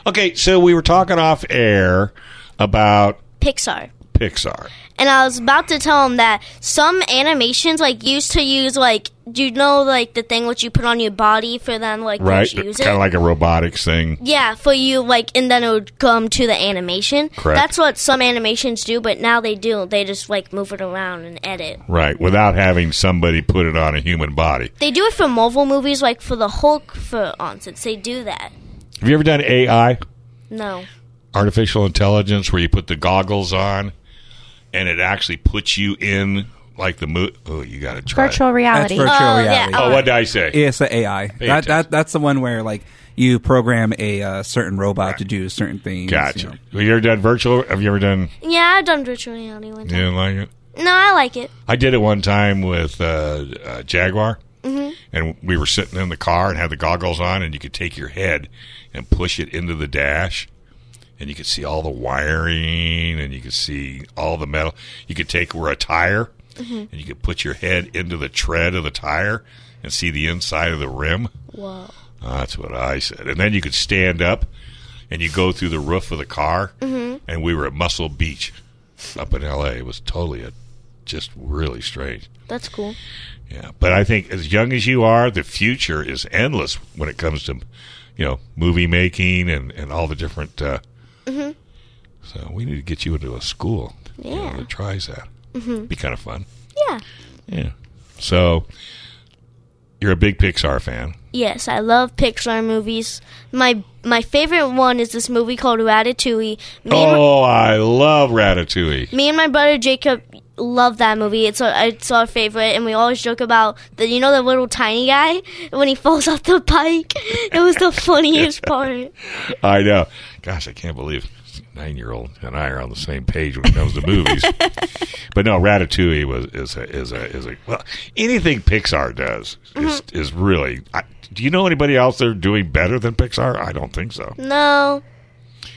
[SPEAKER 3] Okay, so we were talking off air about
[SPEAKER 4] Pixar.
[SPEAKER 3] Pixar.
[SPEAKER 4] and I was about to tell him that some animations like used to use like you know like the thing which you put on your body for then like
[SPEAKER 3] Right,
[SPEAKER 4] to use
[SPEAKER 3] kind
[SPEAKER 4] it.
[SPEAKER 3] of like a robotics thing.
[SPEAKER 4] yeah, for you like and then it would come to the animation.
[SPEAKER 3] Correct.
[SPEAKER 4] That's what some animations do, but now they do. They just like move it around and edit.
[SPEAKER 3] Right, without having somebody put it on a human body.
[SPEAKER 4] They do it for Marvel movies, like for the Hulk, for instance. They do that.
[SPEAKER 3] Have you ever done AI?
[SPEAKER 4] No.
[SPEAKER 3] artificial intelligence where you put the goggles on and it actually puts you in like the mo- oh you got to try it.
[SPEAKER 5] Virtual
[SPEAKER 6] That's
[SPEAKER 5] reality.
[SPEAKER 6] virtual
[SPEAKER 4] Oh, yeah.
[SPEAKER 6] reality.
[SPEAKER 3] oh what did i say
[SPEAKER 6] It's the AI. That,
[SPEAKER 3] attention.
[SPEAKER 6] that that's the one where like you program a uh, certain robot to do certain things.
[SPEAKER 3] gotcha
[SPEAKER 6] you know.
[SPEAKER 3] have you ever done virtual have you ever done
[SPEAKER 4] Yeah, I've done virtual reality one
[SPEAKER 3] you
[SPEAKER 4] time.
[SPEAKER 3] didn't like it
[SPEAKER 4] No, I like it.
[SPEAKER 3] i did it one time with uh, uh jaguar and we were sitting in the car and had the goggles on and you could take your head and push it into the dash and you could see all the wiring and you could see all the metal you could take where a tire and you could put your head into the tread of the tire and see the inside of the rim
[SPEAKER 4] Whoa.
[SPEAKER 3] that's what i said and then you could stand up and you go through the roof of the car and we were at muscle beach up in la it was totally a, just really strange
[SPEAKER 4] That's cool.
[SPEAKER 3] yeah, but I think as young as you are, the future is endless when it comes to, you know, movie making and, and all the different. Uh, So we need to get you into a school. you know,
[SPEAKER 4] Yeah.
[SPEAKER 3] that tries that. Be kind of fun.
[SPEAKER 4] Yeah.
[SPEAKER 3] Yeah. So you're a big Pixar fan.
[SPEAKER 4] Yes, I love Pixar movies. My my favorite one is this movie called Ratatouille. Me, and,
[SPEAKER 3] Oh, I love Ratatouille.
[SPEAKER 4] my, me and my brother Jacob love that movie. It's our, it's our favorite, and we always joke about the you know the little tiny guy when he falls off the bike. It was the funniest part.
[SPEAKER 3] I know. Gosh, I can't believe nine year old and I are on the same page when it comes to movies. but no, Ratatouille was is a, is a is a well anything Pixar does is
[SPEAKER 4] Mm-hmm.
[SPEAKER 3] is really. I, do you know anybody else that are doing better than Pixar? I don't think so.
[SPEAKER 4] No,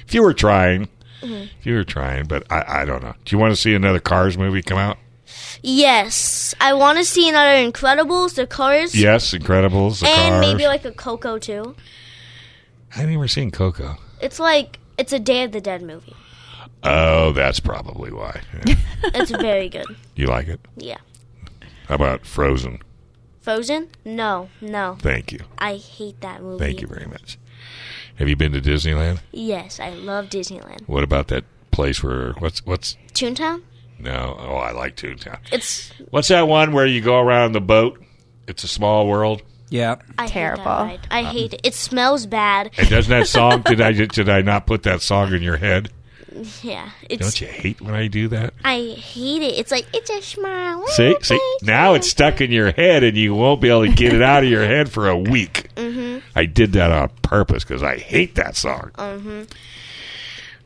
[SPEAKER 3] If you were trying,
[SPEAKER 4] Mm-hmm.
[SPEAKER 3] if you were trying, but I, I don't know. Do you want to see another Cars movie come out?
[SPEAKER 4] yes, I want to see another Incredibles, the Cars,
[SPEAKER 3] Yes, Incredibles, the
[SPEAKER 4] and
[SPEAKER 3] Cars.
[SPEAKER 4] maybe like a Coco too.
[SPEAKER 3] I've never seen Coco.
[SPEAKER 4] It's like it's a Day of the Dead movie.
[SPEAKER 3] Oh, that's probably why. Yeah.
[SPEAKER 4] It's very good.
[SPEAKER 3] you like it?
[SPEAKER 4] Yeah,
[SPEAKER 3] How about Frozen?
[SPEAKER 4] Frozen? No, no,
[SPEAKER 3] Thank you.
[SPEAKER 4] I hate that movie.
[SPEAKER 3] Thank you very much. Have you been to Disneyland?
[SPEAKER 4] Yes, I love Disneyland.
[SPEAKER 3] What about that place where what's what's
[SPEAKER 4] Toontown?
[SPEAKER 3] No. Oh, I like Toontown.
[SPEAKER 4] It's
[SPEAKER 3] What's that one where you go around the boat? It's a small world.
[SPEAKER 6] Yeah.
[SPEAKER 4] I
[SPEAKER 5] Terrible.
[SPEAKER 4] Hate that ride.
[SPEAKER 3] Um,
[SPEAKER 4] I hate it. It smells bad.
[SPEAKER 3] And doesn't that song? did I did I not put that song in your head?
[SPEAKER 4] Yeah, it's.
[SPEAKER 3] Don't you hate when I do that?
[SPEAKER 4] I hate it. It's like it's a smile.
[SPEAKER 3] See, see. Now it's stuck in your head, and you won't be able to get it out of your head for a week. I did that on purpose because I hate that song.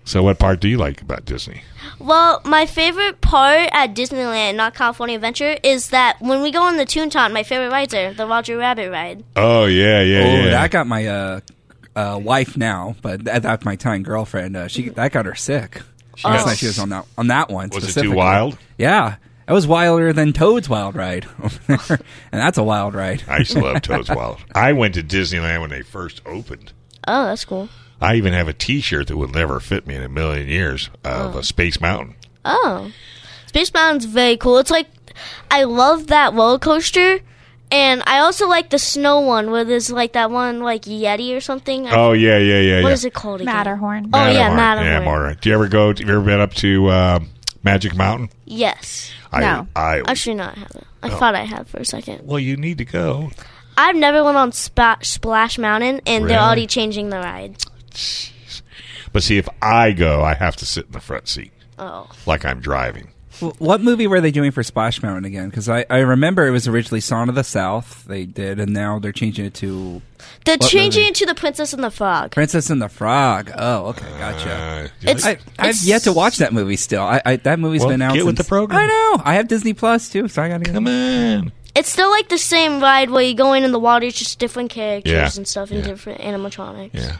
[SPEAKER 3] So, what part do you like about Disney?
[SPEAKER 4] Well, my favorite part at Disneyland, not California Adventure, is that when we go on the Toontown, my favorite rides are the Roger Rabbit ride.
[SPEAKER 3] Oh yeah, yeah,
[SPEAKER 6] Oh,
[SPEAKER 3] yeah.
[SPEAKER 6] that got my uh, uh, wife now, but at that my time girlfriend. Uh, she that got her sick. She
[SPEAKER 3] Oh.
[SPEAKER 6] last night she was on that on that one.
[SPEAKER 3] Was it too
[SPEAKER 6] specifically.
[SPEAKER 3] wild?
[SPEAKER 6] Yeah, that was wilder than Toad's Wild Ride, and that's a wild ride.
[SPEAKER 3] I used to love Toad's Wild. I went to Disneyland when they first opened.
[SPEAKER 4] Oh, that's cool.
[SPEAKER 3] I even have a T-shirt that would never fit me in a million years of a Space Mountain.
[SPEAKER 4] Oh, Space Mountain's very cool. It's like I love that roller coaster, and I also like the snow one where there's like that one like Yeti or something. I-
[SPEAKER 3] Oh yeah, yeah, yeah,
[SPEAKER 4] what
[SPEAKER 3] yeah.
[SPEAKER 4] is it called? Again?
[SPEAKER 5] Matterhorn.
[SPEAKER 4] Oh yeah, Matterhorn.
[SPEAKER 3] Yeah, Matterhorn. Do you ever go? Have you ever been up to uh, Magic Mountain?
[SPEAKER 4] Yes.
[SPEAKER 5] No.
[SPEAKER 3] I, I
[SPEAKER 4] Actually, no, I haven't. I
[SPEAKER 3] Oh.
[SPEAKER 4] thought I had for a second.
[SPEAKER 3] well, you need to go.
[SPEAKER 4] I've never went on Spa- Splash Mountain, and
[SPEAKER 3] Really?
[SPEAKER 4] they're already changing the ride.
[SPEAKER 3] But see, if I go, I have to sit in the front seat
[SPEAKER 4] Oh.
[SPEAKER 3] like I'm driving.
[SPEAKER 6] Well, What movie were they doing for Splash Mountain again? Because I, I remember it was originally Song of the South they did, and now they're changing it to
[SPEAKER 4] They're
[SPEAKER 6] What
[SPEAKER 4] changing
[SPEAKER 6] movie?
[SPEAKER 4] it to the Princess and the Frog.
[SPEAKER 6] Princess and the Frog. Oh, okay, gotcha.
[SPEAKER 3] Uh,
[SPEAKER 4] It's-
[SPEAKER 6] I, I've
[SPEAKER 4] It's-
[SPEAKER 6] yet to watch that movie. Still, I, I that movie's
[SPEAKER 3] Well,
[SPEAKER 6] been out.
[SPEAKER 3] get with
[SPEAKER 6] since-
[SPEAKER 3] the program.
[SPEAKER 6] I know. I have Disney Plus too, so I gotta
[SPEAKER 3] come
[SPEAKER 6] get.
[SPEAKER 3] on.
[SPEAKER 4] It's still like the same ride where you go in and the water, it's just different characters
[SPEAKER 3] Yeah.
[SPEAKER 4] and stuff and
[SPEAKER 3] Yeah.
[SPEAKER 4] different animatronics.
[SPEAKER 3] Yeah.